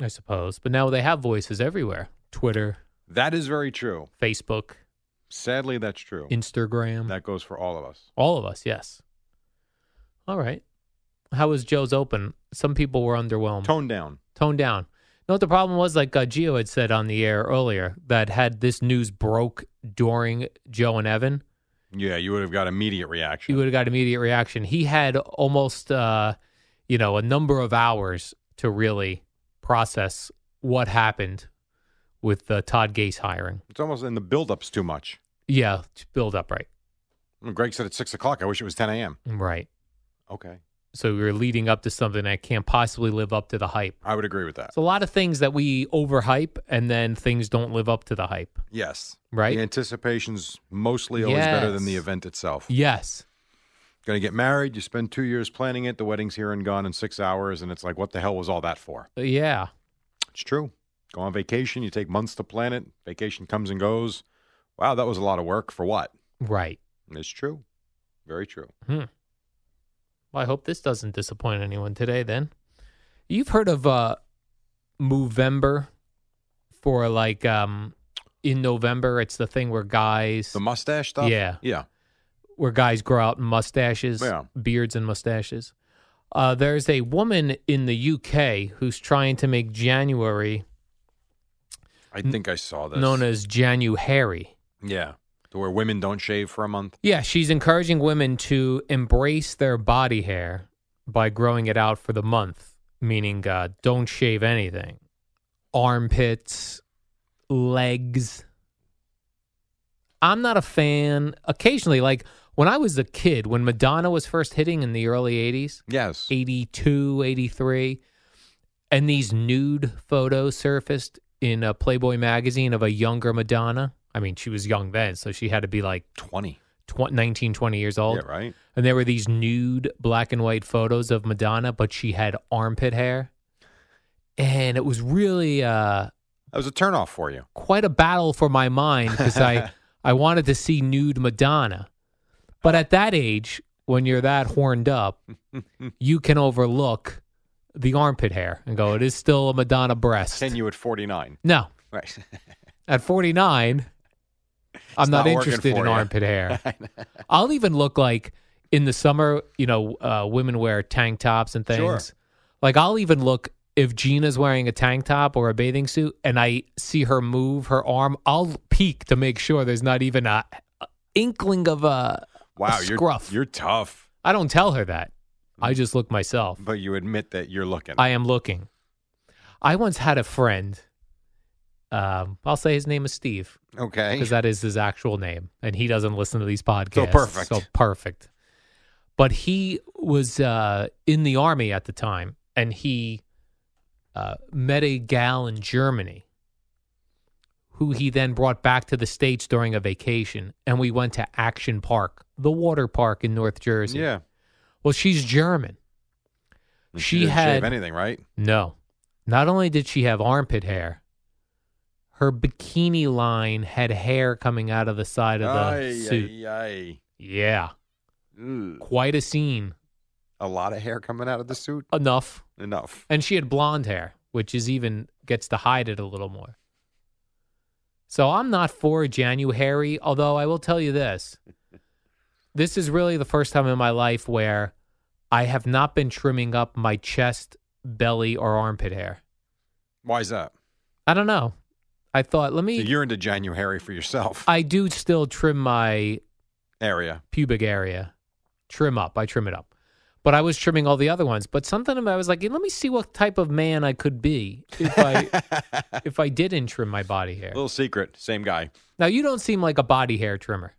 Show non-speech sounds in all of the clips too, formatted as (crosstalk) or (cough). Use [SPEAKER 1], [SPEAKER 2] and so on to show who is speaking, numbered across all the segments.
[SPEAKER 1] I suppose, but now they have voices everywhere: Twitter,
[SPEAKER 2] That is very true.
[SPEAKER 1] Facebook,
[SPEAKER 2] Sadly, that's true.
[SPEAKER 1] Instagram.
[SPEAKER 2] that goes for all of us.
[SPEAKER 1] All of us, yes. All right. How was Joe's open? Some people were underwhelmed.
[SPEAKER 2] Tone down.
[SPEAKER 1] Toned down. You know what the problem was? Like uh, Gio had said on the air earlier, that had this news broke during Joe and Evan,
[SPEAKER 2] Yeah, you would have got immediate reaction.
[SPEAKER 1] you would have got immediate reaction. He had almost, uh, you know, a number of hours to really process what happened with uh, Todd Gase hiring.
[SPEAKER 2] it's almost in the build-up's too much.
[SPEAKER 1] Yeah, to build up right.
[SPEAKER 2] Greg said at six o'clock. I wish it was ten a.m.
[SPEAKER 1] Right.
[SPEAKER 2] Okay,
[SPEAKER 1] So we were leading up to something that can't possibly live up to the hype.
[SPEAKER 2] I would agree with that.
[SPEAKER 1] It's a lot of things that we overhype and then things don't live up to the hype,
[SPEAKER 2] Yes.
[SPEAKER 1] right?
[SPEAKER 2] The anticipation's mostly always better than the
[SPEAKER 1] Yes.
[SPEAKER 2] event itself.
[SPEAKER 1] Yes.
[SPEAKER 2] Going to get married, you spend two years planning it, the wedding's here and gone in six hours, and it's like, what the hell was all that for?
[SPEAKER 1] Yeah.
[SPEAKER 2] It's true. Go on vacation, you take months to plan it, vacation comes and goes. Wow, that was a lot of work for what?
[SPEAKER 1] Right.
[SPEAKER 2] And It's true. Very true.
[SPEAKER 1] Hmm. Well, I hope this doesn't disappoint anyone today then. You've heard of uh Movember for like um in November it's the thing where guys
[SPEAKER 2] The mustache stuff?
[SPEAKER 1] Yeah.
[SPEAKER 2] Yeah.
[SPEAKER 1] where guys grow out mustaches,
[SPEAKER 2] Yeah.
[SPEAKER 1] beards and mustaches. Uh, there's a woman in the UK who's trying to make January
[SPEAKER 2] I think I saw this.
[SPEAKER 1] known as January.
[SPEAKER 2] Yeah. To where women don't shave for a month.
[SPEAKER 1] Yeah, she's encouraging women to embrace their body hair by growing it out for the month, meaning uh, don't shave anything, armpits, legs. I'm not a fan. Occasionally, like when I was a kid, when Madonna was first hitting in the early 80s,
[SPEAKER 2] Yes.
[SPEAKER 1] 82, 83, and these nude photos surfaced in a Playboy magazine of a younger Madonna. I mean, she was young then, so she had to be like
[SPEAKER 2] 20.
[SPEAKER 1] tw- 19, 20 years old.
[SPEAKER 2] Yeah, right?
[SPEAKER 1] And there were these nude black and white photos of Madonna, but she had armpit hair. And it was really uh,
[SPEAKER 2] That was a turnoff for you.
[SPEAKER 1] quite a battle for my mind because
[SPEAKER 2] (laughs)
[SPEAKER 1] I, I wanted to see nude Madonna. But at that age, when you're that horned
[SPEAKER 2] (laughs)
[SPEAKER 1] up, you can overlook the armpit hair and go, it is still a Madonna breast.
[SPEAKER 2] Can you at 49?
[SPEAKER 1] no.
[SPEAKER 2] Right. (laughs)
[SPEAKER 1] At 49, I'm not,
[SPEAKER 2] not working
[SPEAKER 1] interested
[SPEAKER 2] for
[SPEAKER 1] in
[SPEAKER 2] you.
[SPEAKER 1] armpit
[SPEAKER 2] (laughs)
[SPEAKER 1] hair. I'll even look like in the summer, you know, uh, women wear tank tops and things.
[SPEAKER 2] Sure.
[SPEAKER 1] Like I'll even look if Gina's wearing a tank top or a bathing suit and I see her move her arm, I'll peek to make sure there's not even a, a inkling of a
[SPEAKER 2] Wow, you're
[SPEAKER 1] scruff.
[SPEAKER 2] you're tough,
[SPEAKER 1] I don't tell her that. I just look myself.
[SPEAKER 2] but you admit that you're looking.
[SPEAKER 1] I am looking. I once had a friend. Um, I'll say his name is Steve
[SPEAKER 2] okay.
[SPEAKER 1] because that is his actual name, and he doesn't listen to these podcasts.
[SPEAKER 2] perfect.
[SPEAKER 1] So perfect. But he was uh, in the army at the time, and he uh, met a gal in Germany, who he then brought back to the states during a vacation, and we went to Action Park, the water park in North Jersey.
[SPEAKER 2] yeah.
[SPEAKER 1] Well, she's German.
[SPEAKER 2] And
[SPEAKER 1] she
[SPEAKER 2] didn't shave
[SPEAKER 1] had-
[SPEAKER 2] anything, right?
[SPEAKER 1] No. Not only did she have armpit hair, her bikini line had hair coming out of the side of the
[SPEAKER 2] Ay,
[SPEAKER 1] suit.
[SPEAKER 2] ay,
[SPEAKER 1] Yeah.
[SPEAKER 2] ay. Ooh.
[SPEAKER 1] Quite a scene.
[SPEAKER 2] A lot of hair coming out of the suit.
[SPEAKER 1] Enough.
[SPEAKER 2] Enough.
[SPEAKER 1] And she had blonde hair, which is even gets to hide it a little more. So I'm not for January, although I will tell you this.
[SPEAKER 2] (laughs)
[SPEAKER 1] This is really the first time in my life where I have not been trimming up my chest, belly, or armpit hair.
[SPEAKER 2] Why is that?
[SPEAKER 1] I don't know. I thought, let
[SPEAKER 2] So
[SPEAKER 1] me.
[SPEAKER 2] you're into January for yourself.
[SPEAKER 1] I do still trim my
[SPEAKER 2] Area.
[SPEAKER 1] pubic area, trim up. I trim it up, but I was trimming all the other ones. But something about I was like, let me see what type of man I could be if
[SPEAKER 2] (laughs)
[SPEAKER 1] I if I didn't trim my body hair.
[SPEAKER 2] Little secret. Same guy.
[SPEAKER 1] Now you don't seem like a body hair trimmer.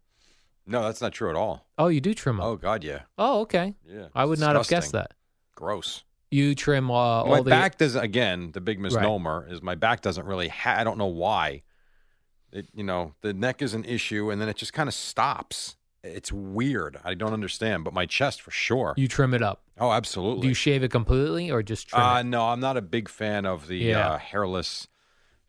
[SPEAKER 2] No, that's not true at all.
[SPEAKER 1] Oh, you do trim up.
[SPEAKER 2] Oh
[SPEAKER 1] Oh,
[SPEAKER 2] God, yeah,
[SPEAKER 1] okay.
[SPEAKER 2] yeah.
[SPEAKER 1] I would not have guessed
[SPEAKER 2] Disgusting.
[SPEAKER 1] that.
[SPEAKER 2] Gross.
[SPEAKER 1] You trim uh, all
[SPEAKER 2] my
[SPEAKER 1] the
[SPEAKER 2] back does again. The big misnomer is my back doesn't really. Ha- I don't know why. It you know the neck is an issue, and then it just kind of stops. It's weird. I don't understand. But my chest for sure.
[SPEAKER 1] you trim it up.
[SPEAKER 2] oh, absolutely.
[SPEAKER 1] Do you shave it completely or just trim
[SPEAKER 2] uh,
[SPEAKER 1] it?
[SPEAKER 2] no, I'm not a big fan of the
[SPEAKER 1] Yeah.
[SPEAKER 2] uh, hairless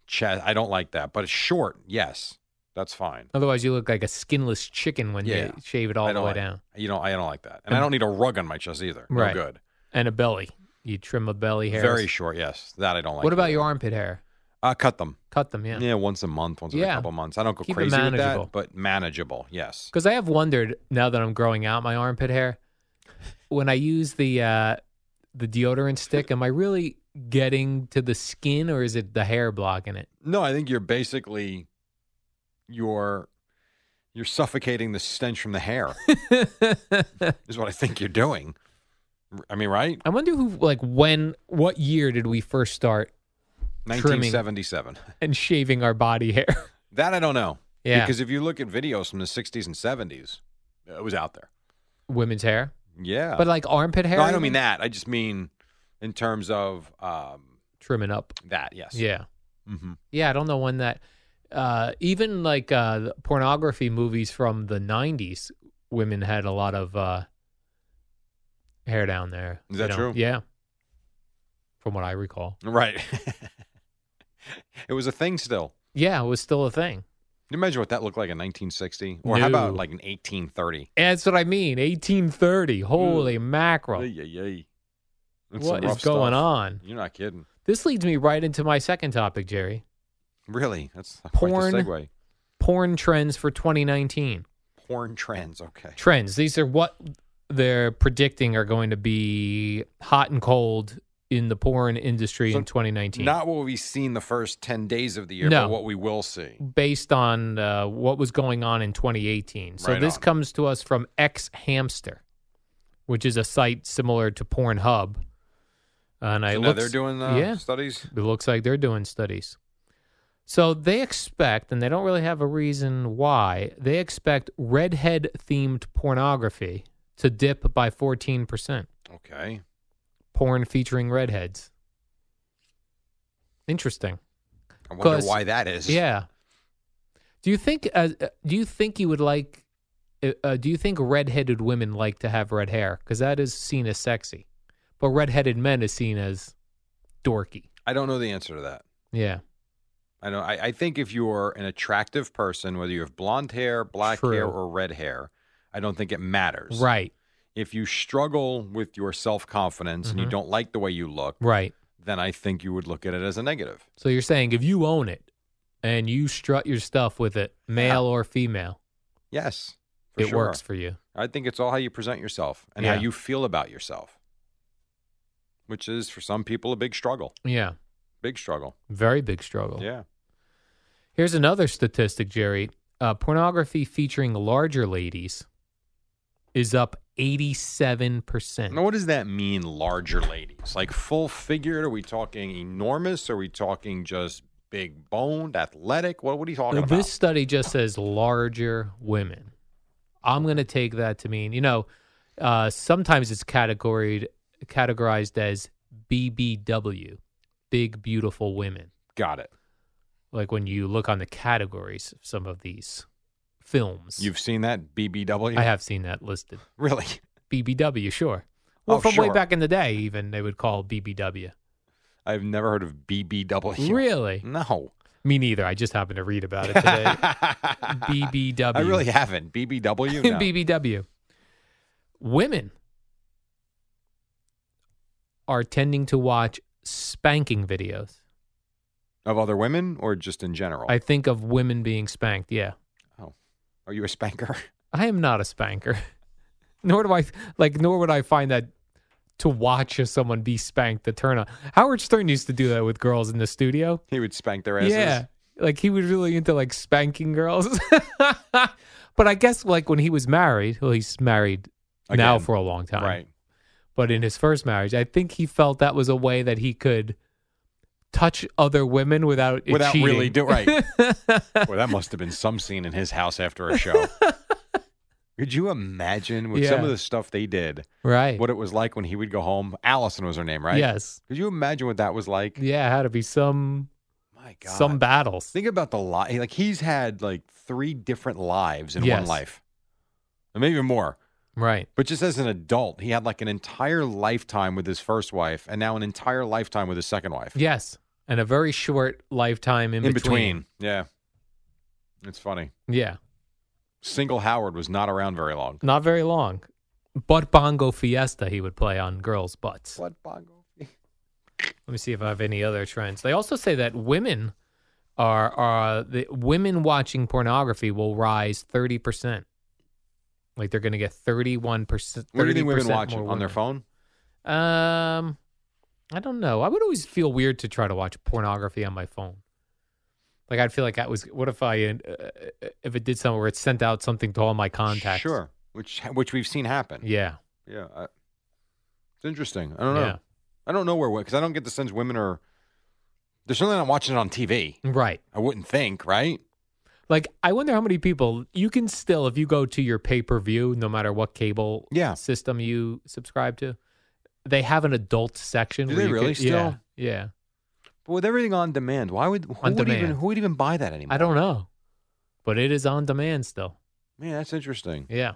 [SPEAKER 2] chest. I don't like that. But it's short. Yes, that's fine.
[SPEAKER 1] Otherwise, you look like a skinless chicken when
[SPEAKER 2] Yeah.
[SPEAKER 1] you shave it all
[SPEAKER 2] I
[SPEAKER 1] the
[SPEAKER 2] don't
[SPEAKER 1] way
[SPEAKER 2] like-
[SPEAKER 1] down.
[SPEAKER 2] You know, I don't like that, and I don't need a rug on my chest either. No
[SPEAKER 1] Right.
[SPEAKER 2] good.
[SPEAKER 1] And a belly. You trim a belly hair.
[SPEAKER 2] Very short. Yes, that I don't like.
[SPEAKER 1] What about
[SPEAKER 2] either.
[SPEAKER 1] your armpit hair?
[SPEAKER 2] Uh, cut them.
[SPEAKER 1] Cut them,
[SPEAKER 2] Yeah.
[SPEAKER 1] yeah.
[SPEAKER 2] once a month, once every
[SPEAKER 1] Yeah.
[SPEAKER 2] couple months. I don't go
[SPEAKER 1] Keep it
[SPEAKER 2] crazy with
[SPEAKER 1] manageable.
[SPEAKER 2] that, but manageable. Yes.
[SPEAKER 1] Because I have wondered now that I'm growing out my armpit hair, when I use the uh, the deodorant stick, am I really getting to the skin or is it the hair blocking it?
[SPEAKER 2] No, I think you're basically you're you're suffocating the stench from the
[SPEAKER 1] (laughs)
[SPEAKER 2] hair. is what I think you're doing. R- I mean, right?
[SPEAKER 1] I wonder who, like, when, what year did we first start
[SPEAKER 2] 1977.
[SPEAKER 1] and shaving our body hair? (laughs)
[SPEAKER 2] That I don't know.
[SPEAKER 1] Yeah.
[SPEAKER 2] Because if you look at videos from the 60s and 70s, it was out there.
[SPEAKER 1] Women's hair,
[SPEAKER 2] Yeah.
[SPEAKER 1] but like armpit hair.
[SPEAKER 2] Oh. no, I don't mean that. I just mean in terms of um,
[SPEAKER 1] Trimming up.
[SPEAKER 2] that. Yes.
[SPEAKER 1] Yeah.
[SPEAKER 2] hmm
[SPEAKER 1] Yeah, I don't know when that. Uh, even like uh, the pornography movies from the '90s, women had a lot of uh, hair down there.
[SPEAKER 2] Is that
[SPEAKER 1] know?
[SPEAKER 2] true?
[SPEAKER 1] Yeah, from what I recall.
[SPEAKER 2] Right. (laughs) it was a thing still.
[SPEAKER 1] Yeah, it was still a thing.
[SPEAKER 2] Can you imagine what that looked like in 1960? Or how about
[SPEAKER 1] No.
[SPEAKER 2] like in 1830?
[SPEAKER 1] And that's what I mean. 1830. Holy mackerel!
[SPEAKER 2] Ay, ay, ay. That's some
[SPEAKER 1] What is
[SPEAKER 2] rough
[SPEAKER 1] going
[SPEAKER 2] stuff.
[SPEAKER 1] on?
[SPEAKER 2] You're not kidding.
[SPEAKER 1] This leads me right into my second topic, Jerry.
[SPEAKER 2] Really? That's
[SPEAKER 1] Porn.
[SPEAKER 2] quite the segue.
[SPEAKER 1] Porn trends for 2019.
[SPEAKER 2] Porn trends. Okay.
[SPEAKER 1] trends. These are what they're predicting are going to be hot and cold in the porn industry
[SPEAKER 2] So
[SPEAKER 1] in 2019,
[SPEAKER 2] Not what we've seen the first 10 days of the year,
[SPEAKER 1] No.
[SPEAKER 2] but what we will see.
[SPEAKER 1] based on uh, what was going on in 2018. So
[SPEAKER 2] Right
[SPEAKER 1] this
[SPEAKER 2] on.
[SPEAKER 1] comes to us from X Hamster. which is a site similar to Pornhub. And I
[SPEAKER 2] So now
[SPEAKER 1] looked,
[SPEAKER 2] they're doing uh,
[SPEAKER 1] yeah.
[SPEAKER 2] studies.
[SPEAKER 1] It looks like they're doing studies. So they expect, and they don't really have a reason why, they expect redhead themed pornography to dip by 14%.
[SPEAKER 2] Okay.
[SPEAKER 1] Porn featuring redheads. Interesting.
[SPEAKER 2] I wonder
[SPEAKER 1] 'Cause-
[SPEAKER 2] why that is.
[SPEAKER 1] Yeah. Do you think uh, uh, do you think you would like uh, uh, do you think redheaded women like to have red hair cuz that is seen as sexy. But redheaded men is seen as dorky.
[SPEAKER 2] I don't know the answer to that.
[SPEAKER 1] Yeah.
[SPEAKER 2] I know. I, I think if you are an attractive person, whether you have blonde hair, black hair,
[SPEAKER 1] True.
[SPEAKER 2] or red hair, I don't think it matters.
[SPEAKER 1] Right.
[SPEAKER 2] If you struggle with your self confidence and you don't like the way you look,
[SPEAKER 1] Mm-hmm. Right.
[SPEAKER 2] then I think you would look at it as a negative.
[SPEAKER 1] So you're saying if you own it and you strut your stuff with it, male or female,
[SPEAKER 2] Yes, for
[SPEAKER 1] it
[SPEAKER 2] sure.
[SPEAKER 1] works for you.
[SPEAKER 2] I think it's all how you present yourself and
[SPEAKER 1] Yeah.
[SPEAKER 2] how you feel about yourself, which is for some people a big struggle.
[SPEAKER 1] Yeah.
[SPEAKER 2] Big struggle.
[SPEAKER 1] Very big struggle.
[SPEAKER 2] Yeah.
[SPEAKER 1] Here's another statistic, Jerry. Uh, pornography featuring larger ladies is up 87%.
[SPEAKER 2] Now, what does that mean, larger ladies? Like full figured? Are we talking enormous? Are we talking just big boned, athletic? What, what are you talking
[SPEAKER 1] Now,
[SPEAKER 2] about?
[SPEAKER 1] this study just says larger women. I'm going to take that to mean, you know, uh, sometimes it's categorized, categorized as BBW, big, beautiful women.
[SPEAKER 2] Got it.
[SPEAKER 1] like when you look on the categories of some of these films.
[SPEAKER 2] You've seen that BBW?
[SPEAKER 1] I have seen that listed.
[SPEAKER 2] (laughs) Really?
[SPEAKER 1] BBW, sure. Well,
[SPEAKER 2] Oh,
[SPEAKER 1] from way
[SPEAKER 2] sure.
[SPEAKER 1] back in the day, even they would call BBW.
[SPEAKER 2] I've never heard of BBW.
[SPEAKER 1] Really?
[SPEAKER 2] No.
[SPEAKER 1] Me neither. I just happened to read about it (laughs)
[SPEAKER 2] (laughs)
[SPEAKER 1] today. BBW.
[SPEAKER 2] I really haven't.
[SPEAKER 1] (laughs)
[SPEAKER 2] BBW? No.
[SPEAKER 1] BBW. Women are tending to watch spanking videos.
[SPEAKER 2] of other women or just in general?
[SPEAKER 1] I think of women being spanked. Yeah.
[SPEAKER 2] Are you a spanker? (laughs)
[SPEAKER 1] I am not a spanker. (laughs) nor do I like nor would I find that to watch someone be spanked to turn on. Howard Stern used to do that with girls in the studio.
[SPEAKER 2] he would spank their asses.
[SPEAKER 1] Yeah. Like he was really into like spanking girls. (laughs) but I guess like when he was married, well he's married now
[SPEAKER 2] Again.
[SPEAKER 1] for a long time.
[SPEAKER 2] Right.
[SPEAKER 1] But in his first marriage, I think he felt that was a way that he could touch other women without it
[SPEAKER 2] Without really
[SPEAKER 1] cheating.
[SPEAKER 2] do
[SPEAKER 1] (laughs)
[SPEAKER 2] right. Boy, that must have been some scene in his house after
[SPEAKER 1] (laughs)
[SPEAKER 2] a show. Could you imagine with some
[SPEAKER 1] Yeah.
[SPEAKER 2] of the stuff they did,
[SPEAKER 1] Right.
[SPEAKER 2] what it was like when he would go home? Allison was her name, right?
[SPEAKER 1] Yes.
[SPEAKER 2] Could you imagine what that was like?
[SPEAKER 1] Yeah, it had to be some
[SPEAKER 2] My God.
[SPEAKER 1] some battles.
[SPEAKER 2] Think about the lie. Like he's had like three different lives in one
[SPEAKER 1] Yes.
[SPEAKER 2] life, and maybe more.
[SPEAKER 1] Right.
[SPEAKER 2] But just as an adult, he had like an entire lifetime with his first wife, and now an entire lifetime with his second wife.
[SPEAKER 1] Yes, and a very short lifetime in,
[SPEAKER 2] in between. Yeah, it's funny.
[SPEAKER 1] Yeah,
[SPEAKER 2] Single Howard was not around very long.
[SPEAKER 1] not very long. Butt bongo fiesta he would play on girls' butts.
[SPEAKER 2] What bongo?
[SPEAKER 1] Let me see if I have any other trends. They also say that women are are the women watching pornography will rise thirty percent. Like they're going to get thirty one percent.
[SPEAKER 2] What do you think women watch on their phone?
[SPEAKER 1] phone? Um, I don't know. I would always feel weird to try to watch pornography on my phone. Like I'd feel like I was. What if I uh, uh, if it did something where it sent out something to all my contacts?
[SPEAKER 2] Sure, which which we've seen happen.
[SPEAKER 1] Yeah.
[SPEAKER 2] yeah. I, it's interesting. I don't know.
[SPEAKER 1] Yeah.
[SPEAKER 2] I don't know where because I don't get the sense women are. They're certainly not watching it on TV.
[SPEAKER 1] Right.
[SPEAKER 2] I wouldn't think, right?
[SPEAKER 1] Like I wonder how many people you can still if you go to your pay-per-view no matter what cable
[SPEAKER 2] Yeah.
[SPEAKER 1] system you subscribe to, they have an adult section
[SPEAKER 2] Do
[SPEAKER 1] where
[SPEAKER 2] they
[SPEAKER 1] you
[SPEAKER 2] really
[SPEAKER 1] could- yeah,
[SPEAKER 2] still?
[SPEAKER 1] Yeah.
[SPEAKER 2] But with everything on demand, why would who
[SPEAKER 1] On
[SPEAKER 2] would even
[SPEAKER 1] demand.
[SPEAKER 2] who would even buy that anymore?
[SPEAKER 1] I don't know. But it is on demand still.
[SPEAKER 2] Man, that's interesting.
[SPEAKER 1] Yeah.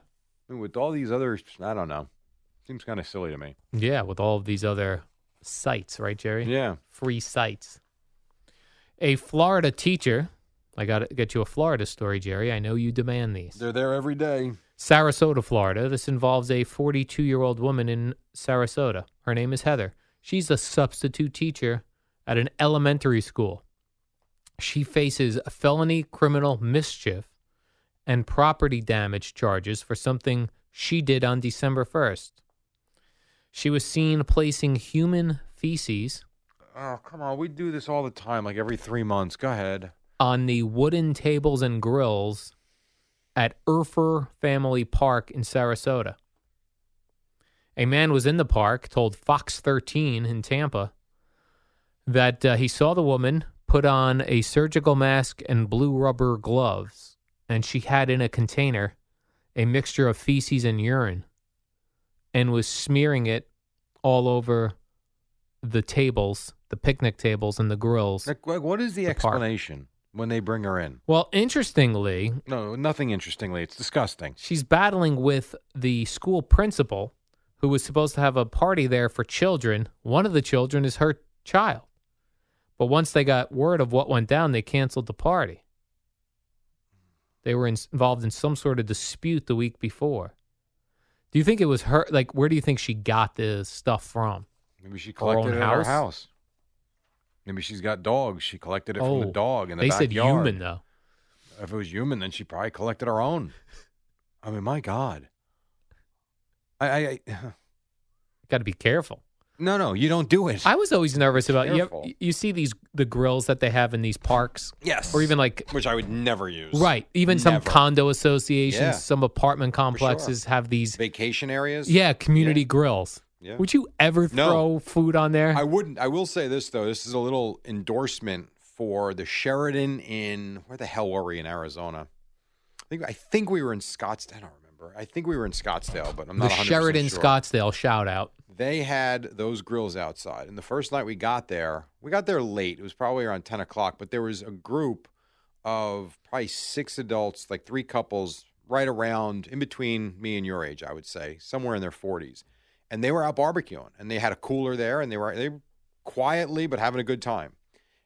[SPEAKER 2] I mean, with all these other, I don't know. Seems kind of silly to me.
[SPEAKER 1] Yeah, with all of these other sites, right Jerry?
[SPEAKER 2] Yeah.
[SPEAKER 1] Free sites. A Florida teacher, I got to get you a Florida story, Jerry. I know you demand these.
[SPEAKER 2] They're there every day.
[SPEAKER 1] Sarasota, Florida. This involves a 42 year old woman in Sarasota. Her name is Heather. She's a substitute teacher at an elementary school. She faces felony criminal mischief and property damage charges for something she did on December 1st. She was seen placing human feces
[SPEAKER 2] Oh, come on. We do this all the time, like every three months. Go ahead.
[SPEAKER 1] on the wooden tables and grills at Erfer Family Park in Sarasota. A man was in the park, told Fox 13 in Tampa that uh, he saw the woman put on a surgical mask and blue rubber gloves, and she had in a container a mixture of feces and urine and was smearing it all over the tables, the picnic tables, and the grills.
[SPEAKER 2] Like, like, what is the,
[SPEAKER 1] The park.
[SPEAKER 2] explanation when they bring her in?
[SPEAKER 1] Well, interestingly,
[SPEAKER 2] No, nothing interestingly. It's disgusting.
[SPEAKER 1] she's battling with the school principal who was supposed to have a party there for children. One of the children is her child. But once they got word of what went down, they canceled the party. They were in, involved in some sort of dispute the week before. Do you think it was her? Like, where do you think she got this stuff from?
[SPEAKER 2] Maybe she
[SPEAKER 1] Her own
[SPEAKER 2] collected it at her
[SPEAKER 1] house?
[SPEAKER 2] house. Maybe she's got dogs. She collected it from the dog in the
[SPEAKER 1] Oh, they
[SPEAKER 2] backyard.
[SPEAKER 1] said human though.
[SPEAKER 2] If it was human, then she probably collected her own. I mean, my God. I, I, I (sighs)
[SPEAKER 1] Got to be careful.
[SPEAKER 2] no, no, you don't do it.
[SPEAKER 1] I was always nervous about
[SPEAKER 2] Careful.
[SPEAKER 1] you. You see these the grills that they have in these parks,
[SPEAKER 2] yes,
[SPEAKER 1] or even like
[SPEAKER 2] which I would never use.
[SPEAKER 1] Right. Even some
[SPEAKER 2] Never.
[SPEAKER 1] condo associations,
[SPEAKER 2] Yeah.
[SPEAKER 1] some apartment complexes have these
[SPEAKER 2] vacation areas.
[SPEAKER 1] yeah, community
[SPEAKER 2] Yeah.
[SPEAKER 1] grills.
[SPEAKER 2] Yeah.
[SPEAKER 1] Would you ever
[SPEAKER 2] No.
[SPEAKER 1] throw food on there?
[SPEAKER 2] I wouldn't. I will say this though. This is a little endorsement for the Sheridan in where the hell were we in Arizona? I think I think we were in Scottsdale. I don't remember. I think we were in Scottsdale, but I'm
[SPEAKER 1] the
[SPEAKER 2] not. 100%
[SPEAKER 1] Sheridan
[SPEAKER 2] sure.
[SPEAKER 1] Scottsdale shout out.
[SPEAKER 2] They had those grills outside, and the first night we got there, we got there late. It was probably around ten o'clock, but there was a group of probably six adults, like three couples, right around in between me and your age, I would say, somewhere in their forties, and they were out barbecuing, and they had a cooler there, and they were they were quietly but having a good time.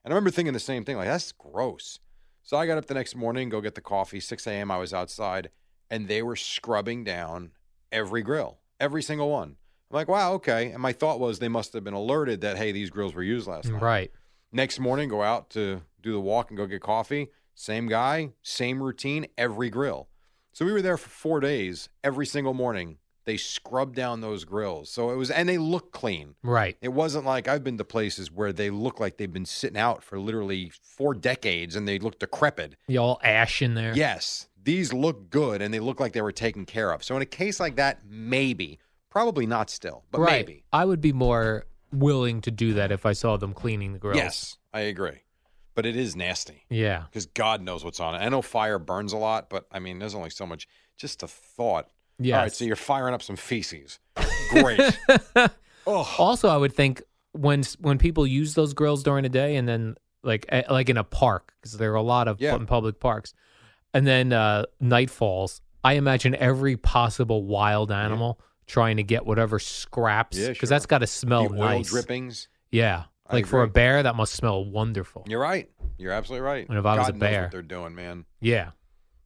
[SPEAKER 2] And I remember thinking the same thing, like that's gross. So I got up the next morning, go get the coffee. Six a.m. I was outside, and they were scrubbing down every grill, every single one. I'm like, wow, okay. And my thought was they must have been alerted that hey, these grills were used last night.
[SPEAKER 1] Right.
[SPEAKER 2] Next morning, go out to do the walk and go get coffee. Same guy, same routine, every grill. So we were there for four days. Every single morning, they scrubbed down those grills. So it was, and they looked clean.
[SPEAKER 1] Right.
[SPEAKER 2] It wasn't like I've been to places where they look like they've been sitting out for literally four decades and they look decrepit.
[SPEAKER 1] You all ash in there.
[SPEAKER 2] Yes, these look good and they look like they were taken care of. So in a case like that, maybe, probably not still, but
[SPEAKER 1] right.
[SPEAKER 2] maybe.
[SPEAKER 1] I would be more willing to do that if I saw them cleaning the grills.
[SPEAKER 2] Yes, I agree. But it is nasty
[SPEAKER 1] Yeah.
[SPEAKER 2] because God knows what's on it. I know fire burns a lot, but I mean, there's only so much. Just a thought.
[SPEAKER 1] Yes.
[SPEAKER 2] All right, so you're firing up some feces.
[SPEAKER 1] (laughs)
[SPEAKER 2] Great. (laughs) oh,
[SPEAKER 1] Also, I would think when when people use those grills during the day, and then like eh, like in a park, because there are a lot of
[SPEAKER 2] Yeah.
[SPEAKER 1] in public parks, and then uh, night falls. I imagine every possible wild animal trying to get whatever scraps,
[SPEAKER 2] Yeah,
[SPEAKER 1] because
[SPEAKER 2] sure.
[SPEAKER 1] that's got to
[SPEAKER 2] the
[SPEAKER 1] smell
[SPEAKER 2] oil
[SPEAKER 1] nice.
[SPEAKER 2] drippings.
[SPEAKER 1] Yeah,
[SPEAKER 2] I
[SPEAKER 1] like for a
[SPEAKER 2] agree.
[SPEAKER 1] bear, that must smell wonderful.
[SPEAKER 2] You're right. You're absolutely right.
[SPEAKER 1] And if I
[SPEAKER 2] God
[SPEAKER 1] was a
[SPEAKER 2] knows
[SPEAKER 1] bear.
[SPEAKER 2] what they're doing, man.
[SPEAKER 1] Yeah,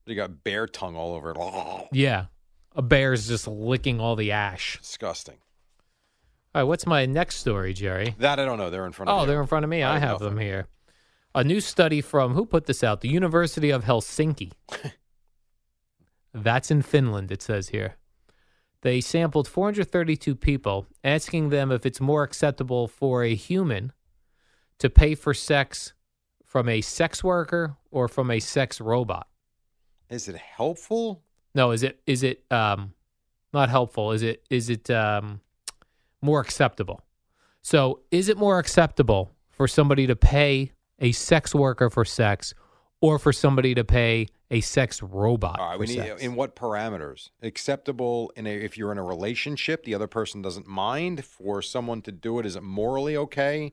[SPEAKER 2] You got bear tongue all over it. (laughs) Oh,
[SPEAKER 1] yeah. A bear's just licking all the ash.
[SPEAKER 2] disgusting.
[SPEAKER 1] All right, what's my next story, Jerry?
[SPEAKER 2] That I don't know. They're in front of
[SPEAKER 1] Oh,
[SPEAKER 2] you.
[SPEAKER 1] they're in front of me.
[SPEAKER 2] I
[SPEAKER 1] I,
[SPEAKER 2] have
[SPEAKER 1] have
[SPEAKER 2] nothing.
[SPEAKER 1] them here. A new study from who put this out? The University of
[SPEAKER 2] (laughs)
[SPEAKER 1] Helsinki. That's in Finland, it says here. They sampled 432 people, asking them if it's more acceptable for a human to pay for sex from a sex worker or from a sex robot.
[SPEAKER 2] Is it helpful?
[SPEAKER 1] No, is it is it um not helpful? Is it is it um more acceptable? So, is it more acceptable for somebody to pay a sex worker for sex or for somebody to pay a sex robot
[SPEAKER 2] All right,
[SPEAKER 1] for
[SPEAKER 2] we need uh,
[SPEAKER 1] sex?
[SPEAKER 2] in what parameters? Acceptable in a if you're in a relationship, the other person doesn't mind for someone to do it. Is it morally okay?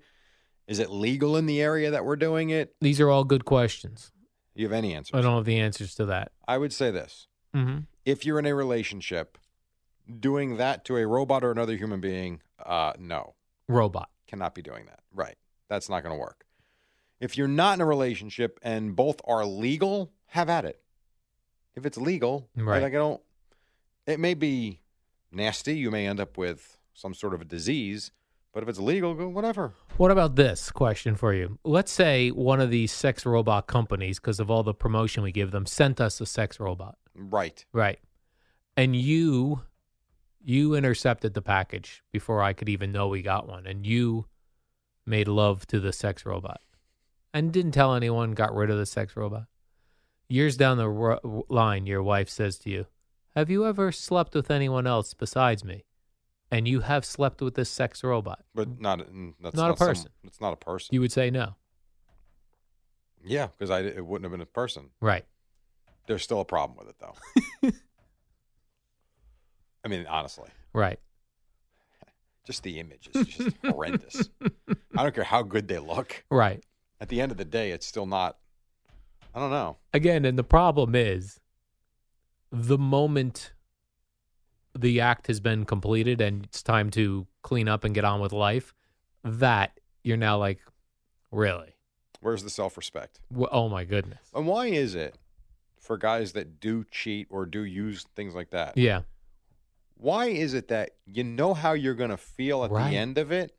[SPEAKER 2] Is it legal in the area that we're doing it?
[SPEAKER 1] These are all good questions.
[SPEAKER 2] You have any answers?
[SPEAKER 1] I don't have the answers to that.
[SPEAKER 2] I would say this:
[SPEAKER 1] hmm
[SPEAKER 2] if you're in a relationship, doing that to a robot or another human being, uh, no,
[SPEAKER 1] Robot.
[SPEAKER 2] cannot be doing that. Right? That's not going to work. If you're not in a relationship and both are legal, have at it. If it's legal, I-
[SPEAKER 1] Right.
[SPEAKER 2] Like I don't. It may be nasty. You may end up with some sort of a disease. But if it's legal, go whatever.
[SPEAKER 1] What about this question for you? Let's say one of these sex robot companies, because of all the promotion we give them, sent us a sex robot.
[SPEAKER 2] Right.
[SPEAKER 1] Right. And you you intercepted the package before I could even know we got one and you made love to the sex robot and didn't tell anyone, got rid of the sex robot. Years down the ro- line your wife says to you, "Have you ever slept with anyone else besides me?" and you have slept with this sex robot,
[SPEAKER 2] But not mm, that's
[SPEAKER 1] Not a
[SPEAKER 2] some-
[SPEAKER 1] person.
[SPEAKER 2] It's not a person.
[SPEAKER 1] you would say no.
[SPEAKER 2] yeah, because I it wouldn't have been a person.
[SPEAKER 1] Right.
[SPEAKER 2] There's still a problem with it though. (laughs) I mean, honestly,
[SPEAKER 1] Right.
[SPEAKER 2] just the image is just horrendous. I don't care how good they look.
[SPEAKER 1] Right.
[SPEAKER 2] At the end of the day, it's still not. I don't know.
[SPEAKER 1] Again, and the problem is the moment the act has been completed and it's time to clean up and get on with life, that you're now like, really?
[SPEAKER 2] Where's the self respect?
[SPEAKER 1] Wh- Oh my goodness.
[SPEAKER 2] And why is it for guys that do cheat or do use things like that?
[SPEAKER 1] Yeah.
[SPEAKER 2] Why is it that you know how you're going to feel at
[SPEAKER 1] Right.
[SPEAKER 2] the end of it,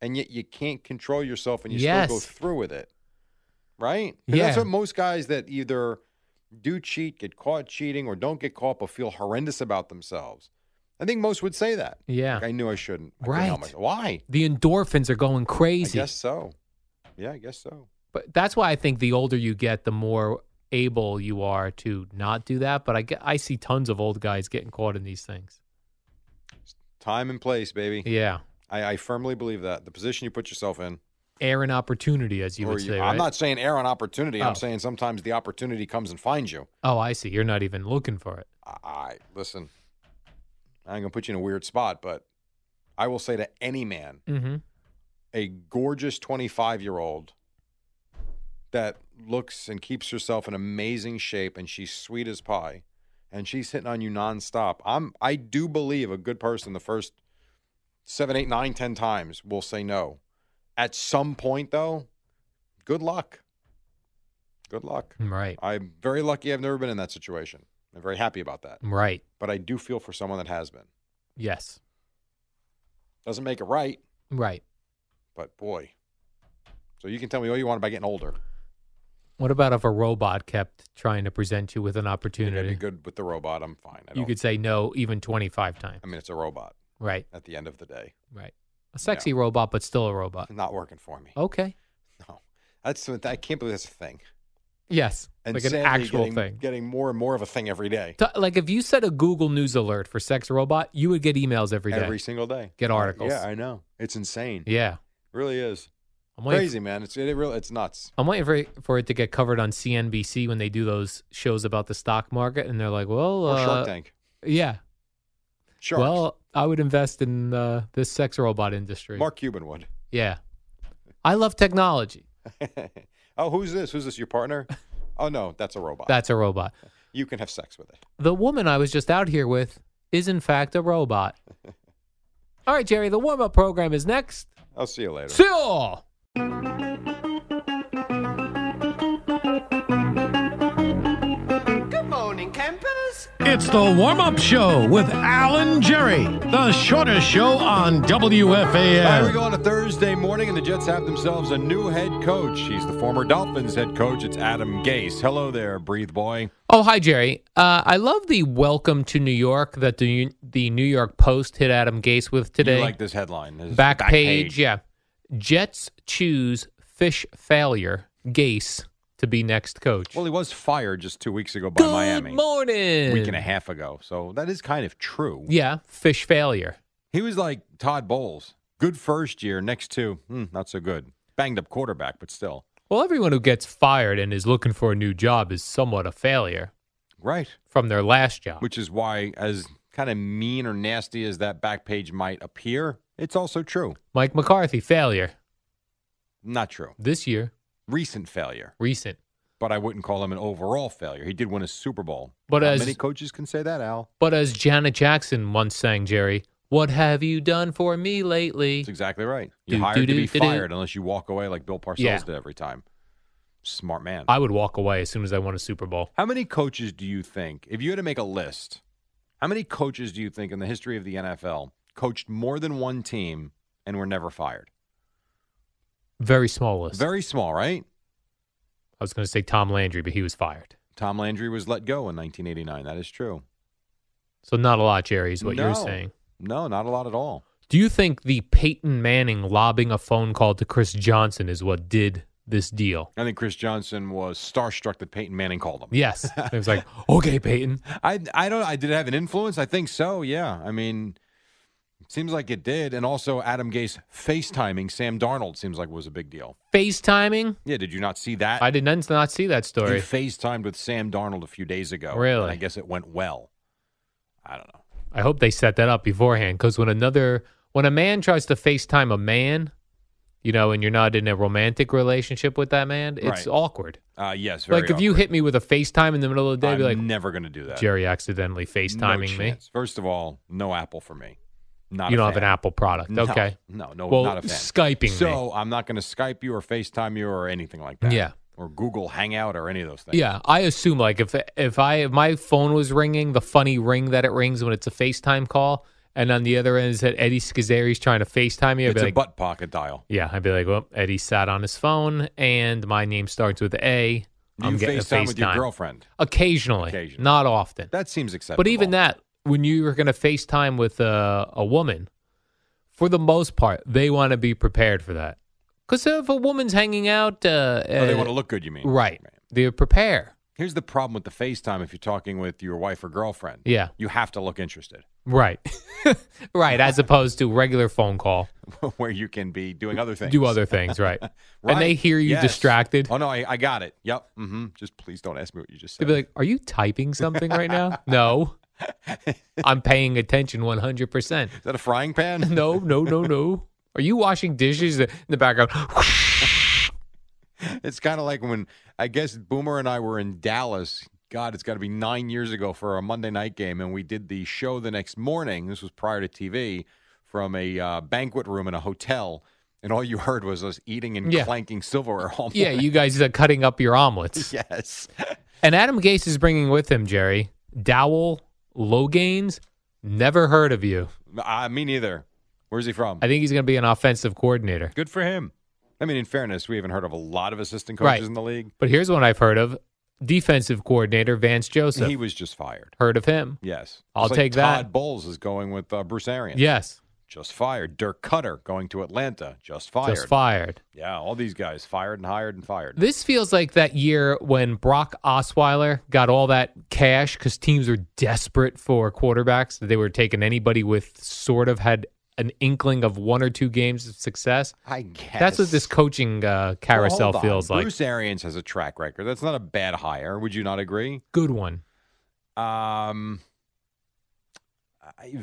[SPEAKER 2] and yet you can't control yourself and you still go
[SPEAKER 1] Yes.
[SPEAKER 2] through with it? Right? 'Cause That's
[SPEAKER 1] Yeah.
[SPEAKER 2] what most guys that either do cheat, get caught cheating, or don't get caught but feel horrendous about themselves. I think most would say that.
[SPEAKER 1] Yeah.
[SPEAKER 2] Like, I knew I shouldn't. I couldn't
[SPEAKER 1] Right.
[SPEAKER 2] help myself. Why?
[SPEAKER 1] The endorphins are going crazy.
[SPEAKER 2] I guess so. Yeah, I guess so.
[SPEAKER 1] But that's why I think the older you get, the more able you are to not do that. But I, get, I see tons of old guys getting caught in these things.
[SPEAKER 2] Time and place, baby.
[SPEAKER 1] Yeah.
[SPEAKER 2] I, I firmly believe that. The position you put yourself in.
[SPEAKER 1] Air and opportunity, as you
[SPEAKER 2] or
[SPEAKER 1] would
[SPEAKER 2] you-
[SPEAKER 1] say.
[SPEAKER 2] I'm
[SPEAKER 1] right?
[SPEAKER 2] not saying err on opportunity.
[SPEAKER 1] Oh.
[SPEAKER 2] I'm saying sometimes the opportunity comes and finds you.
[SPEAKER 1] Oh, I see. You're not even looking for it.
[SPEAKER 2] I, I listen. I'm gonna put you in a weird spot, but I will say to any man,
[SPEAKER 1] Mm-hmm.
[SPEAKER 2] a gorgeous 25 year old that looks and keeps herself in amazing shape, and she's sweet as pie, and she's hitting on you nonstop. I'm I do believe a good person the first seven, eight, nine, ten times will say no. At some point, though, good luck. Good luck.
[SPEAKER 1] Right.
[SPEAKER 2] I'm very lucky I've never been in that situation. I'm very happy about that.
[SPEAKER 1] Right.
[SPEAKER 2] But I do feel for someone that has been.
[SPEAKER 1] Yes.
[SPEAKER 2] Doesn't make it right,
[SPEAKER 1] Right.
[SPEAKER 2] but boy. So you can tell me all you want about getting older.
[SPEAKER 1] What about if a robot kept trying to present you with an
[SPEAKER 2] I'd be
[SPEAKER 1] opportunity?
[SPEAKER 2] good with the robot. I'm fine. I don't,
[SPEAKER 1] You could say no even 25 times.
[SPEAKER 2] I mean, it's a robot
[SPEAKER 1] Right.
[SPEAKER 2] at the end of the day.
[SPEAKER 1] Right. A sexy robot, but still a robot.
[SPEAKER 2] Not working for me.
[SPEAKER 1] Okay.
[SPEAKER 2] No. That's I can't believe that's a thing.
[SPEAKER 1] Yes.
[SPEAKER 2] And
[SPEAKER 1] like an
[SPEAKER 2] sadly,
[SPEAKER 1] actual
[SPEAKER 2] getting,
[SPEAKER 1] thing.
[SPEAKER 2] Getting more and more of a thing every day.
[SPEAKER 1] T- like if you set a Google News alert for sex robot, you would get emails every day.
[SPEAKER 2] single day.
[SPEAKER 1] Get articles.
[SPEAKER 2] Yeah, I know. It's insane.
[SPEAKER 1] yeah.
[SPEAKER 2] really is.
[SPEAKER 1] I'm waiting,
[SPEAKER 2] Crazy, man. It's it really it's nuts.
[SPEAKER 1] I'm waiting for, for it to get covered on CNBC when they do those shows about the stock market. And they're like, well,
[SPEAKER 2] Or
[SPEAKER 1] uh,
[SPEAKER 2] Shark Tank.
[SPEAKER 1] yeah.
[SPEAKER 2] Sharks.
[SPEAKER 1] Well, uh, I would invest in uh, this sex robot industry.
[SPEAKER 2] Mark Cuban would. (laughs)
[SPEAKER 1] Yeah. I love technology.
[SPEAKER 2] oh, who's this? Who's this? Your
[SPEAKER 1] (laughs)
[SPEAKER 2] partner? Oh no, that's a robot.
[SPEAKER 1] That's a robot.
[SPEAKER 2] you can have sex with it.
[SPEAKER 1] The woman I was just out here with is, in fact, a robot. All right, Jerry, the warm up program is next.
[SPEAKER 2] I'll see you later.
[SPEAKER 1] See you all.
[SPEAKER 3] It's the warm up show with Alan Jerry, the shortest show on
[SPEAKER 2] All right, we
[SPEAKER 3] WFAN.
[SPEAKER 2] go on a Thursday morning, and the Jets have themselves a new head coach. He's the former Dolphins head coach. It's Adam Gase. Hello there, breathe boy.
[SPEAKER 1] Oh, hi, Jerry. Uh, I love the welcome to New York that the, the New York Post hit Adam Gase with today.
[SPEAKER 2] You like this headline? This is
[SPEAKER 1] back, page, yeah. Jets choose fish failure, Gase to be next coach.
[SPEAKER 2] Well, he was fired just two weeks ago by
[SPEAKER 1] Good
[SPEAKER 2] Miami,
[SPEAKER 1] morning.
[SPEAKER 2] a week and a half ago. So that is kind of true.
[SPEAKER 1] Yeah, fish failure.
[SPEAKER 2] He was like Todd Bowles. Good first year. Next two, hmm, not so good. Banged up quarterback, but still
[SPEAKER 1] Well, everyone who gets fired and is looking for a new job is somewhat a failure
[SPEAKER 2] right.
[SPEAKER 1] from their last job.
[SPEAKER 2] Which is why, as kind of mean or nasty as that back page might appear, it's also true.
[SPEAKER 1] Mike McCarthy, failure
[SPEAKER 2] Not true.
[SPEAKER 1] this year,
[SPEAKER 2] Recent failure.
[SPEAKER 1] recent.
[SPEAKER 2] but I wouldn't call him an overall failure. He did win a Super Bowl.
[SPEAKER 1] But
[SPEAKER 2] Not
[SPEAKER 1] as-
[SPEAKER 2] many coaches can say that, Al.
[SPEAKER 1] But as Janet Jackson once sang, Jerry, what have you done for me lately?
[SPEAKER 2] That's exactly right. You're
[SPEAKER 1] Do,
[SPEAKER 2] hired
[SPEAKER 1] do,
[SPEAKER 2] to
[SPEAKER 1] do,
[SPEAKER 2] be
[SPEAKER 1] do, do.
[SPEAKER 2] fired unless you walk away like Bill Parcells
[SPEAKER 1] Yeah.
[SPEAKER 2] did every time. Smart man.
[SPEAKER 1] I would walk away as soon as I won a Super Bowl.
[SPEAKER 2] how many coaches do you think, if you had to make a list, how many coaches do you think in the history of the NFL coached more than one team and were never fired?
[SPEAKER 1] Very small list.
[SPEAKER 2] Very small, right?
[SPEAKER 1] I was going to say Tom Landry, but he was fired.
[SPEAKER 2] Tom Landry was let go in 1989. That is true.
[SPEAKER 1] So not a lot, Jerry, is what
[SPEAKER 2] No.
[SPEAKER 1] you're saying.
[SPEAKER 2] No, not a lot at all.
[SPEAKER 1] Do you think the Peyton Manning lobbing a phone call to Chris Johnson is what did this deal?
[SPEAKER 2] I think Chris Johnson was starstruck that Peyton Manning called him. (laughs)
[SPEAKER 1] Yes. it was like, okay, Peyton.
[SPEAKER 2] I I don't I did it have an influence. I think so. Yeah. I mean, Seems like it did. And also, Adam Gase FaceTiming Sam Darnold seems like was a big deal.
[SPEAKER 1] FaceTiming?
[SPEAKER 2] Yeah, did you not see that?
[SPEAKER 1] I did not not see that
[SPEAKER 2] You
[SPEAKER 1] story.
[SPEAKER 2] FaceTimed with Sam Darnold a few days ago.
[SPEAKER 1] Really?
[SPEAKER 2] And I guess it went well. I don't know.
[SPEAKER 1] I hope they set that up beforehand because when another when a man tries to FaceTime a man, you know, and you're not in a romantic relationship with that man, it's
[SPEAKER 2] Right.
[SPEAKER 1] awkward.
[SPEAKER 2] Uh, yes, very
[SPEAKER 1] like if you
[SPEAKER 2] awkward.
[SPEAKER 1] hit me with a FaceTime in the middle of the day, I'd be
[SPEAKER 2] I'm
[SPEAKER 1] like
[SPEAKER 2] never going to do that.
[SPEAKER 1] Jerry accidentally
[SPEAKER 2] No
[SPEAKER 1] FaceTiming me.
[SPEAKER 2] chance. First of all, no Apple for me. Not
[SPEAKER 1] You
[SPEAKER 2] a
[SPEAKER 1] don't have
[SPEAKER 2] fan.
[SPEAKER 1] an Apple product,
[SPEAKER 2] No,
[SPEAKER 1] okay?
[SPEAKER 2] No, no,
[SPEAKER 1] Well,
[SPEAKER 2] not a fan.
[SPEAKER 1] Skyping me.
[SPEAKER 2] So I'm not going to Skype you or FaceTime you or anything like that.
[SPEAKER 1] Yeah.
[SPEAKER 2] Or Google Hangout or any of those things.
[SPEAKER 1] Yeah, I assume like if if I if my phone was ringing, the funny ring that it rings when it's a FaceTime call, and on the other end is that Eddie Schizzeri's trying to FaceTime me. I'd
[SPEAKER 2] It's
[SPEAKER 1] be
[SPEAKER 2] a
[SPEAKER 1] like,
[SPEAKER 2] butt pocket dial.
[SPEAKER 1] yeah, I'd be like, well, Eddie sat on his phone, and my name starts with A.
[SPEAKER 2] Do you
[SPEAKER 1] am getting a
[SPEAKER 2] FaceTime with your
[SPEAKER 1] FaceTime.
[SPEAKER 2] girlfriend?
[SPEAKER 1] occasionally,
[SPEAKER 2] Occasionally.
[SPEAKER 1] not often.
[SPEAKER 2] That seems acceptable.
[SPEAKER 1] But even that, when you are going to FaceTime with a, a woman, for the most part, they want to be prepared for that. Because if a woman's hanging out, uh,
[SPEAKER 2] Oh, they
[SPEAKER 1] uh,
[SPEAKER 2] want to look good, you mean?
[SPEAKER 1] right, they prepare.
[SPEAKER 2] Here's the problem with the FaceTime if you're talking with your wife or girlfriend.
[SPEAKER 1] Yeah.
[SPEAKER 2] You have to look interested (laughs)
[SPEAKER 1] Right. (laughs) right. As opposed to regular phone call,
[SPEAKER 2] where you can be doing other things.
[SPEAKER 1] do other things.
[SPEAKER 2] (laughs)
[SPEAKER 1] Right.
[SPEAKER 2] Right.
[SPEAKER 1] And they hear you
[SPEAKER 2] Yes.
[SPEAKER 1] distracted.
[SPEAKER 2] Oh, no, I, I got it. Yep. Mm-hmm. Just please don't ask me what you just
[SPEAKER 1] They'd
[SPEAKER 2] said.
[SPEAKER 1] be like, Are you typing something right
[SPEAKER 2] (laughs)
[SPEAKER 1] now? no. I'm paying attention 100%.
[SPEAKER 2] Is that a frying pan?
[SPEAKER 1] (laughs) No, no, no, no. Are you washing dishes in the background? (laughs)
[SPEAKER 2] It's kind of like when I guess Boomer and I were in Dallas. God, it's got to be nine years ago for a Monday night game, and we did the show the next morning. This was prior to TV from a uh, banquet room in a hotel, and all you heard was us eating and
[SPEAKER 1] Yeah.
[SPEAKER 2] clanking silverware. All
[SPEAKER 1] yeah,
[SPEAKER 2] morning.
[SPEAKER 1] you guys are cutting up your omelets.
[SPEAKER 2] (laughs) yes,
[SPEAKER 1] And Adam Gase is bringing with him, Jerry, Dowell Logains. Never heard of you.
[SPEAKER 2] uh, me neither. Where's he from?
[SPEAKER 1] I think he's going to be an offensive coordinator.
[SPEAKER 2] Good for him. I mean, in fairness, we haven't heard of a lot of assistant coaches
[SPEAKER 1] Right.
[SPEAKER 2] in the league.
[SPEAKER 1] But here's one I've heard of defensive coordinator Vance Joseph.
[SPEAKER 2] he was just fired.
[SPEAKER 1] heard of him.
[SPEAKER 2] Yes,
[SPEAKER 1] I'll
[SPEAKER 2] Just like
[SPEAKER 1] take that.
[SPEAKER 2] Todd Bowles is going with uh, Bruce Arians.
[SPEAKER 1] Yes,
[SPEAKER 2] just fired. Dirk Cutter going to Atlanta, just fired.
[SPEAKER 1] just fired.
[SPEAKER 2] yeah, all these guys fired and hired and fired.
[SPEAKER 1] This feels like that year when Brock Osweiler got all that cash because teams were desperate for quarterbacks. They were taking anybody with sort of had an inkling of one or two games of success.
[SPEAKER 2] I guess
[SPEAKER 1] That's what this coaching uh,
[SPEAKER 2] Well, hold
[SPEAKER 1] carousel
[SPEAKER 2] on.
[SPEAKER 1] feels like.
[SPEAKER 2] Bruce Arians has a track record. That's not a bad hire. Would you not agree?
[SPEAKER 1] Good one.
[SPEAKER 2] Um, I,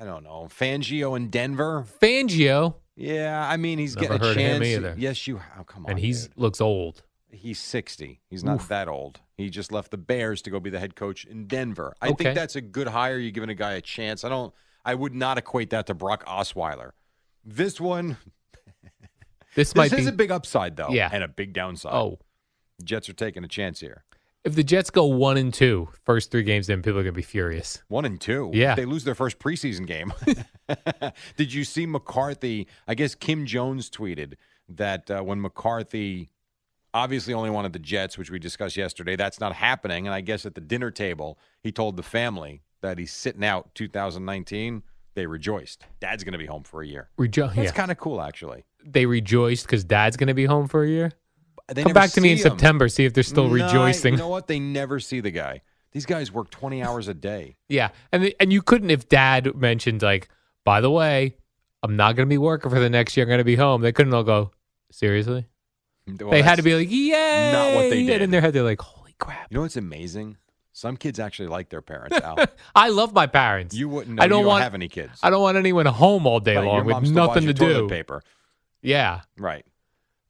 [SPEAKER 2] I don't know. Fangio in Denver.
[SPEAKER 1] Fangio,
[SPEAKER 2] Yeah, I mean he's
[SPEAKER 1] Never
[SPEAKER 2] getting a
[SPEAKER 1] heard of him
[SPEAKER 2] chance.
[SPEAKER 1] either.
[SPEAKER 2] Yes, you. Oh, come on.
[SPEAKER 1] and he's
[SPEAKER 2] dude.
[SPEAKER 1] looks old.
[SPEAKER 2] he's sixty. He's not
[SPEAKER 1] Oof.
[SPEAKER 2] that old. He just left the Bears to go be the head coach in Denver. I
[SPEAKER 1] Okay.
[SPEAKER 2] think that's a good hire. You're giving a guy a chance. I don't. I would not equate that to Brock Osweiler. This one,
[SPEAKER 1] This,
[SPEAKER 2] This
[SPEAKER 1] might
[SPEAKER 2] is
[SPEAKER 1] be.
[SPEAKER 2] a big upside though,
[SPEAKER 1] Yeah.
[SPEAKER 2] and a big downside.
[SPEAKER 1] oh,
[SPEAKER 2] Jets are taking a chance here.
[SPEAKER 1] if the Jets go one and two, first three games, then people are gonna be furious.
[SPEAKER 2] One and two.
[SPEAKER 1] Yeah.
[SPEAKER 2] they lose their first preseason game. (laughs) Did you see McCarthy? I guess Kim Jones tweeted that uh, when McCarthy obviously only wanted the Jets, which we discussed yesterday, that's not happening. And I guess at the dinner table, he told the family that he's sitting out 2019. They rejoiced. Dad's going to be home for a year.
[SPEAKER 1] Rejo-
[SPEAKER 2] That's
[SPEAKER 1] yeah.
[SPEAKER 2] kind of cool, actually.
[SPEAKER 1] they rejoiced because Dad's gonna be home for a year.
[SPEAKER 2] They
[SPEAKER 1] Come
[SPEAKER 2] never
[SPEAKER 1] back to me in
[SPEAKER 2] see him.
[SPEAKER 1] September, see if they're still
[SPEAKER 2] No, I-
[SPEAKER 1] rejoicing.
[SPEAKER 2] You know what? They never see the guy. These guys work 20 hours a day.
[SPEAKER 1] Yeah, and the- and you couldn't if Dad mentioned like, by the way, I'm not going to be working for the next year. I'm going to be home. They couldn't all go seriously.
[SPEAKER 2] Well,
[SPEAKER 1] they had to
[SPEAKER 2] that's-
[SPEAKER 1] be like, yay!
[SPEAKER 2] not what they
[SPEAKER 1] And
[SPEAKER 2] did.
[SPEAKER 1] in their head, they're like, holy crap!
[SPEAKER 2] You know what's amazing? Some kids actually like their
[SPEAKER 1] (laughs)
[SPEAKER 2] parents. Al.
[SPEAKER 1] I love my parents.
[SPEAKER 2] you wouldn't. Know.
[SPEAKER 1] I don't
[SPEAKER 2] you don't
[SPEAKER 1] want-
[SPEAKER 2] have any kids.
[SPEAKER 1] I don't want anyone home all day
[SPEAKER 2] Right, your
[SPEAKER 1] long
[SPEAKER 2] mom
[SPEAKER 1] with
[SPEAKER 2] still buys
[SPEAKER 1] nothing
[SPEAKER 2] you
[SPEAKER 1] to do.
[SPEAKER 2] toilet Paper.
[SPEAKER 1] Yeah.
[SPEAKER 2] Right.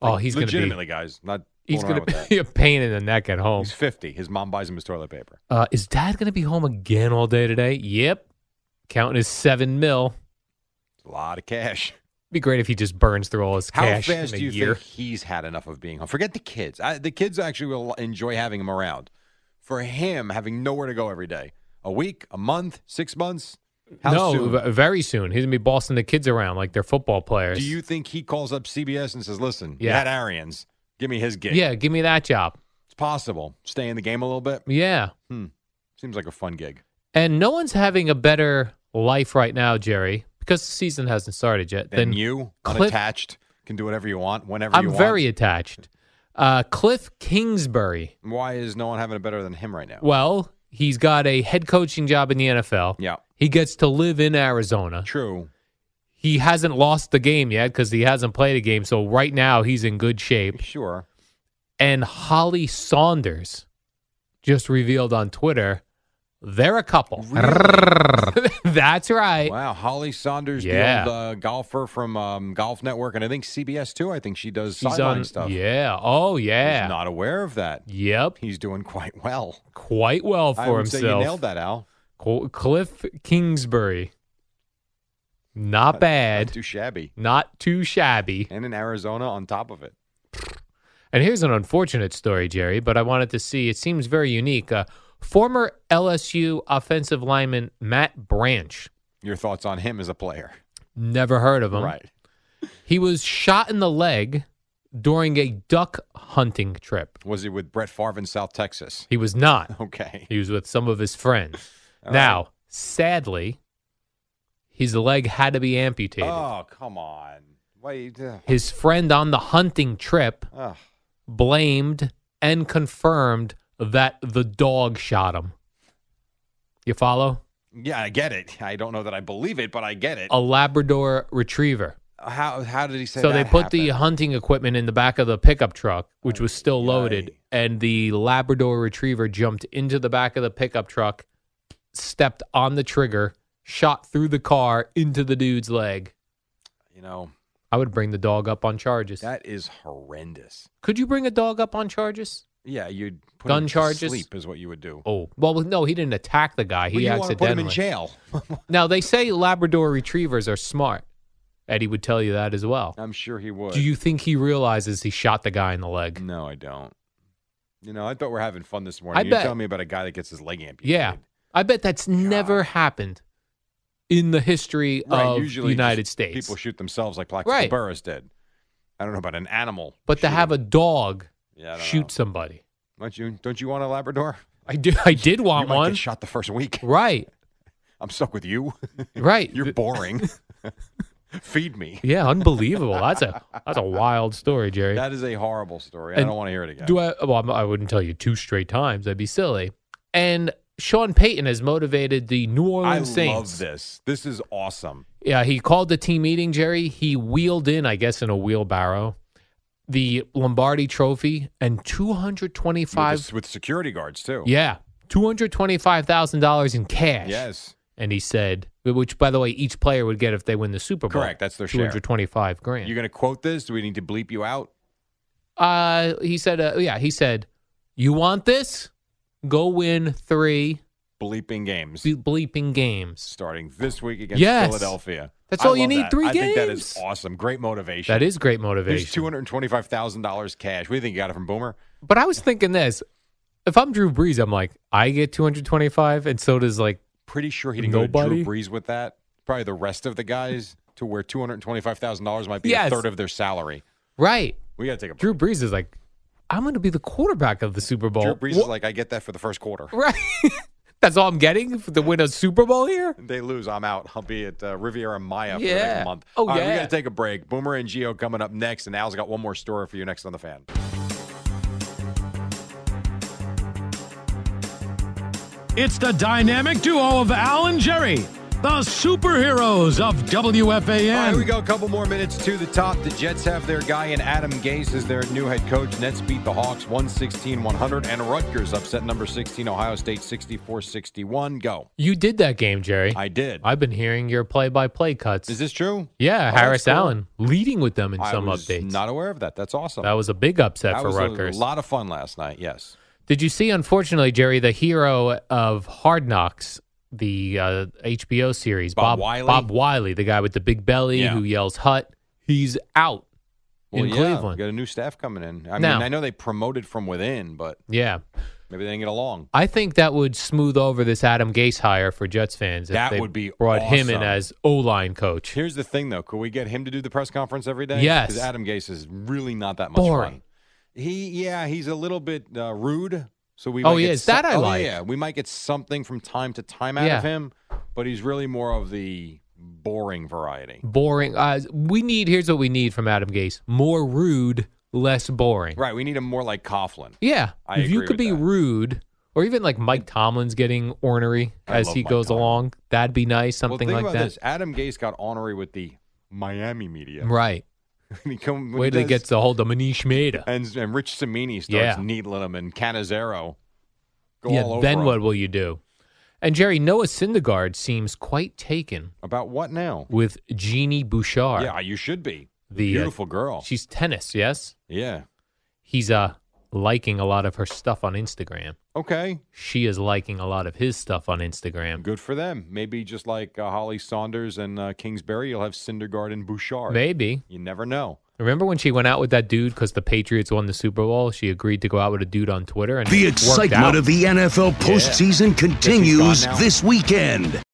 [SPEAKER 1] Oh,
[SPEAKER 2] Like,
[SPEAKER 1] he's going to be
[SPEAKER 2] legitimately, guys. Not.
[SPEAKER 1] he's
[SPEAKER 2] going
[SPEAKER 1] going (laughs) to be a pain in the neck at home.
[SPEAKER 2] He's 50. His mom buys him his toilet paper.
[SPEAKER 1] Uh, is Dad going to be home again all day today? Yep. Counting his seven mil.
[SPEAKER 2] It's a lot of cash.
[SPEAKER 1] Be great if he just burns through all his
[SPEAKER 2] How
[SPEAKER 1] cash
[SPEAKER 2] fast
[SPEAKER 1] in a
[SPEAKER 2] do you
[SPEAKER 1] year.
[SPEAKER 2] think he's had enough of being home? Forget the kids. I, the kids actually will enjoy having him around. For him, having nowhere to go every day. A week, a month, six months. How
[SPEAKER 1] no,
[SPEAKER 2] soon?
[SPEAKER 1] v- very soon. He's gonna be bossing the kids around like they're football players.
[SPEAKER 2] Do you think he calls up CBS and says, "Listen,
[SPEAKER 1] Yeah.
[SPEAKER 2] that Arians, give me his gig"?
[SPEAKER 1] Yeah, give me that job.
[SPEAKER 2] it's possible. Stay in the game a little bit. Hmm.
[SPEAKER 1] Yeah,
[SPEAKER 2] Seems like a fun gig.
[SPEAKER 1] and no one's having a better life right now, Jerry, because the season hasn't started yet.
[SPEAKER 2] Then,
[SPEAKER 1] than
[SPEAKER 2] you,
[SPEAKER 1] Cliff-
[SPEAKER 2] unattached, can do whatever you want, whenever you
[SPEAKER 1] I'm
[SPEAKER 2] want.
[SPEAKER 1] very attached. Uh, Cliff Kingsbury.
[SPEAKER 2] Why is no one having it better than him right now?
[SPEAKER 1] Well, he's got a head coaching job in the NFL.
[SPEAKER 2] Yeah,
[SPEAKER 1] He gets to live in Arizona.
[SPEAKER 2] true.
[SPEAKER 1] he hasn't lost the game yet because he hasn't played a game. So right now he's in good shape.
[SPEAKER 2] Sure.
[SPEAKER 1] And Holly Saunders just revealed on Twitter they're a couple. (laughs) That's right.
[SPEAKER 2] Wow, Holly Saunders,
[SPEAKER 1] Yeah.
[SPEAKER 2] the old, uh, golfer from um, Golf Network, and I think CBS too. I think she does
[SPEAKER 1] She's
[SPEAKER 2] sideline
[SPEAKER 1] on-
[SPEAKER 2] stuff.
[SPEAKER 1] Yeah. Oh yeah.
[SPEAKER 2] He's not aware of that.
[SPEAKER 1] Yep.
[SPEAKER 2] He's doing quite well.
[SPEAKER 1] Quite well for
[SPEAKER 2] I would
[SPEAKER 1] himself.
[SPEAKER 2] say you nailed that, Al.
[SPEAKER 1] Cl- Cliff Kingsbury. Not
[SPEAKER 2] Not
[SPEAKER 1] bad.
[SPEAKER 2] too shabby.
[SPEAKER 1] Not too shabby.
[SPEAKER 2] And in Arizona on top of it.
[SPEAKER 1] And here's an unfortunate story, Jerry, but I wanted to see. It seems very unique. Uh, former LSU offensive lineman Matt Branch.
[SPEAKER 2] Your thoughts on him as a player.
[SPEAKER 1] Never heard of him.
[SPEAKER 2] Right.
[SPEAKER 1] He was shot in the leg during a duck hunting trip.
[SPEAKER 2] Was he with Brett Favre in South Texas?
[SPEAKER 1] He was not.
[SPEAKER 2] (laughs) Okay.
[SPEAKER 1] He was with some of his friends.
[SPEAKER 2] All
[SPEAKER 1] now, sadly, his leg had to be amputated.
[SPEAKER 2] Oh, come on. Wait. ugh.
[SPEAKER 1] His friend on the hunting trip
[SPEAKER 2] Ugh.
[SPEAKER 1] blamed and confirmed that the dog shot him. You follow?
[SPEAKER 2] Yeah, I get it. I don't know that I believe it, but I get it.
[SPEAKER 1] A Labrador retriever.
[SPEAKER 2] How how did he say
[SPEAKER 1] Oh. So
[SPEAKER 2] that
[SPEAKER 1] they put the
[SPEAKER 2] happened? Oh,
[SPEAKER 1] hunting equipment in the back of the pickup truck, which was still
[SPEAKER 2] Ay,
[SPEAKER 1] loaded,
[SPEAKER 2] ay.
[SPEAKER 1] and the Labrador retriever jumped into the back of the pickup truck, stepped on the trigger, shot through the car into the dude's leg. uh,
[SPEAKER 2] You know,
[SPEAKER 1] I would bring the dog up on charges.
[SPEAKER 2] that is horrendous.
[SPEAKER 1] Could you bring a dog up on charges?
[SPEAKER 2] Yeah, you'd put
[SPEAKER 1] Gun
[SPEAKER 2] him to
[SPEAKER 1] charges?
[SPEAKER 2] sleep is what you would do.
[SPEAKER 1] Oh, well, no, he didn't attack the guy.
[SPEAKER 2] Well,
[SPEAKER 1] He
[SPEAKER 2] you want to put him
[SPEAKER 1] accidentally.
[SPEAKER 2] in
[SPEAKER 1] (laughs)
[SPEAKER 2] jail.
[SPEAKER 1] Now they say Labrador retrievers are smart. Eddie would tell you that as well.
[SPEAKER 2] I'm sure he would.
[SPEAKER 1] Do you think he realizes he shot the guy in the leg?
[SPEAKER 2] No, I don't. You know, I thought we are having fun this morning.
[SPEAKER 1] I
[SPEAKER 2] you
[SPEAKER 1] bet-
[SPEAKER 2] tell me about a guy that gets his leg amputated.
[SPEAKER 1] Yeah, I bet that's never happened in the history
[SPEAKER 2] Right,
[SPEAKER 1] of
[SPEAKER 2] usually
[SPEAKER 1] the United
[SPEAKER 2] just
[SPEAKER 1] States.
[SPEAKER 2] People shoot themselves like Plaxico
[SPEAKER 1] Right.
[SPEAKER 2] Burris did. I don't know about an animal.
[SPEAKER 1] but to have a dog
[SPEAKER 2] yeah, I don't
[SPEAKER 1] shoot
[SPEAKER 2] know.
[SPEAKER 1] somebody,
[SPEAKER 2] Don't you don't you want a Labrador?
[SPEAKER 1] I do. I did
[SPEAKER 2] you
[SPEAKER 1] want
[SPEAKER 2] might
[SPEAKER 1] one.
[SPEAKER 2] get shot the first week. (laughs)
[SPEAKER 1] Right,
[SPEAKER 2] I'm stuck with you.
[SPEAKER 1] right. (laughs)
[SPEAKER 2] You're boring. (laughs) Feed me.
[SPEAKER 1] yeah, unbelievable. That's a that's a wild story, Jerry.
[SPEAKER 2] That is a horrible story. I
[SPEAKER 1] And
[SPEAKER 2] don't want to hear it again.
[SPEAKER 1] Do I? Well, I'm- I wouldn't tell you two straight times. That'd be silly. And Sean Payton has motivated the New
[SPEAKER 2] I
[SPEAKER 1] Orleans Saints.
[SPEAKER 2] love this. This is awesome.
[SPEAKER 1] Yeah, he called the team meeting, Jerry. He wheeled in, I guess, in a wheelbarrow, the Lombardi Trophy and two hundred
[SPEAKER 2] With,
[SPEAKER 1] twenty-five.
[SPEAKER 2] this- with security guards too.
[SPEAKER 1] Yeah, two hundred twenty-five thousand dollars in cash.
[SPEAKER 2] Yes.
[SPEAKER 1] and he said, which by the way, each player would get if they win the Super Bowl.
[SPEAKER 2] Correct, that's their
[SPEAKER 1] two
[SPEAKER 2] share.
[SPEAKER 1] hundred twenty-five grand.
[SPEAKER 2] You're going to quote this? Do we need to bleep you out?
[SPEAKER 1] uh, he said, uh, yeah, he said, you want this? Go win three
[SPEAKER 2] Bleeping games.
[SPEAKER 1] ble- bleeping games.
[SPEAKER 2] starting this week against
[SPEAKER 1] Yes.
[SPEAKER 2] Philadelphia.
[SPEAKER 1] That's
[SPEAKER 2] I
[SPEAKER 1] all you
[SPEAKER 2] love
[SPEAKER 1] need,
[SPEAKER 2] that.
[SPEAKER 1] three
[SPEAKER 2] I think that is
[SPEAKER 1] games.
[SPEAKER 2] awesome. Great motivation.
[SPEAKER 1] That is great
[SPEAKER 2] There's
[SPEAKER 1] motivation.
[SPEAKER 2] two hundred twenty-five thousand dollars cash. We think you got it from Boomer.
[SPEAKER 1] But I was thinking this: if I'm Drew Brees, I'm like, I get 225, and so does like,
[SPEAKER 2] Pretty sure he didn't go
[SPEAKER 1] Nobody?
[SPEAKER 2] to Drew Brees with that. Probably the rest of the guys to where two hundred twenty-five thousand dollars might be
[SPEAKER 1] Yes.
[SPEAKER 2] a third of their salary.
[SPEAKER 1] right?
[SPEAKER 2] We got to take a break.
[SPEAKER 1] Drew Brees is like, I'm going to be the quarterback of the Super Bowl.
[SPEAKER 2] Drew Brees is
[SPEAKER 1] Wha-
[SPEAKER 2] like, I get that for the first quarter.
[SPEAKER 1] right? (laughs) That's all I'm getting for the win of Super Bowl here.
[SPEAKER 2] They lose, I'm out. I'll be at uh, Riviera Maya for the
[SPEAKER 1] Yeah.
[SPEAKER 2] next month.
[SPEAKER 1] Oh,
[SPEAKER 2] All right, we
[SPEAKER 1] yeah.
[SPEAKER 2] got to take a break. Boomer and Geo coming up next, and Al's got one more story for you next on the fan.
[SPEAKER 3] It's the dynamic duo of Al and Jerry, the superheroes of
[SPEAKER 2] All right,
[SPEAKER 3] WFAN.
[SPEAKER 2] we go. A couple more minutes to the top. The Jets have their guy in Adam Gase as their new head coach. Nets beat the Hawks 116 100. And Rutgers upset number 16, Ohio State 64 61. Go.
[SPEAKER 1] You did that game, Jerry.
[SPEAKER 2] I did.
[SPEAKER 1] I've been hearing your play-by-play cuts.
[SPEAKER 2] Is this true?
[SPEAKER 1] yeah,
[SPEAKER 2] Oh,
[SPEAKER 1] Harris
[SPEAKER 2] that's cool.
[SPEAKER 1] Allen leading with them in
[SPEAKER 2] I
[SPEAKER 1] some
[SPEAKER 2] was
[SPEAKER 1] updates.
[SPEAKER 2] Not aware of that. That's awesome.
[SPEAKER 1] that was a big upset
[SPEAKER 2] That
[SPEAKER 1] for
[SPEAKER 2] was
[SPEAKER 1] Rutgers.
[SPEAKER 2] a lot of fun last night. Yes.
[SPEAKER 1] Did you see, unfortunately, Jerry, the hero of Hard Knocks, the uh, HBO series, Bob
[SPEAKER 2] Bob Wiley?
[SPEAKER 1] Bob Wiley, the guy with the big belly
[SPEAKER 2] Yeah.
[SPEAKER 1] who yells "Hut," he's out in
[SPEAKER 2] yeah,
[SPEAKER 1] Cleveland.
[SPEAKER 2] Got a new staff coming in. I
[SPEAKER 1] Now-
[SPEAKER 2] mean, I know they promoted from within, but
[SPEAKER 1] Yeah,
[SPEAKER 2] maybe they didn't get along.
[SPEAKER 1] I think that would smooth over this Adam Gase hire for Jets fans. If
[SPEAKER 2] That
[SPEAKER 1] they
[SPEAKER 2] would be
[SPEAKER 1] brought him in
[SPEAKER 2] awesome.
[SPEAKER 1] as O line coach.
[SPEAKER 2] Here's the thing, though. Could we get him to do the press conference every day?
[SPEAKER 1] Yes.
[SPEAKER 2] Because Adam Gase is really not that much
[SPEAKER 1] Boring.
[SPEAKER 2] fun. He, yeah, he's a little bit uh, rude. So we.
[SPEAKER 1] Oh,
[SPEAKER 2] might
[SPEAKER 1] he
[SPEAKER 2] get
[SPEAKER 1] is. That I
[SPEAKER 2] oh,
[SPEAKER 1] like.
[SPEAKER 2] Yeah, we might get something from time to time out
[SPEAKER 1] Yeah.
[SPEAKER 2] of him, but he's really more of the boring variety.
[SPEAKER 1] Boring. Uh, we need. Here's what we need from Adam Gase: more rude, less boring.
[SPEAKER 2] Right. We need him more like Coughlin.
[SPEAKER 1] Yeah.
[SPEAKER 2] I
[SPEAKER 1] if you
[SPEAKER 2] agree
[SPEAKER 1] could
[SPEAKER 2] with
[SPEAKER 1] be
[SPEAKER 2] that.
[SPEAKER 1] rude, or even like Mike Tomlin's getting ornery
[SPEAKER 2] I
[SPEAKER 1] as
[SPEAKER 2] love
[SPEAKER 1] he
[SPEAKER 2] Mike
[SPEAKER 1] goes
[SPEAKER 2] Tomlin.
[SPEAKER 1] along, that'd be nice.
[SPEAKER 2] well,
[SPEAKER 1] Something
[SPEAKER 2] think
[SPEAKER 1] like
[SPEAKER 2] about
[SPEAKER 1] that.
[SPEAKER 2] this. Adam Gase got ornery with the Miami media.
[SPEAKER 1] Right.
[SPEAKER 2] (laughs) He come- when
[SPEAKER 1] Wait
[SPEAKER 2] he
[SPEAKER 1] till he
[SPEAKER 2] does-
[SPEAKER 1] gets a hold of Manish Mehta.
[SPEAKER 2] and and Rich Samini
[SPEAKER 1] Yeah.
[SPEAKER 2] starts needling him and Canizero. Go
[SPEAKER 1] yeah,
[SPEAKER 2] all over
[SPEAKER 1] then
[SPEAKER 2] him.
[SPEAKER 1] what will you do? And Jerry, Noah Syndergaard seems quite taken
[SPEAKER 2] About what now?
[SPEAKER 1] with Jeannie Bouchard.
[SPEAKER 2] Yeah, you should be.
[SPEAKER 1] The, uh,
[SPEAKER 2] beautiful girl.
[SPEAKER 1] She's tennis, yes?
[SPEAKER 2] yeah.
[SPEAKER 1] He's uh liking a lot of her stuff on Instagram.
[SPEAKER 2] Okay.
[SPEAKER 1] She is liking a lot of his stuff on Instagram.
[SPEAKER 2] Good for them. Maybe just like uh, Holly Saunders and uh, Kingsbury, you'll have Syndergaard and Bouchard.
[SPEAKER 1] Maybe.
[SPEAKER 2] You never know.
[SPEAKER 1] Remember when she went out with that dude because the Patriots won the Super Bowl? She agreed to go out with a dude on Twitter and
[SPEAKER 4] The
[SPEAKER 1] it worked out.
[SPEAKER 4] excitement of the NFL postseason
[SPEAKER 2] Guess he's gone
[SPEAKER 4] continues
[SPEAKER 2] now.
[SPEAKER 4] this weekend.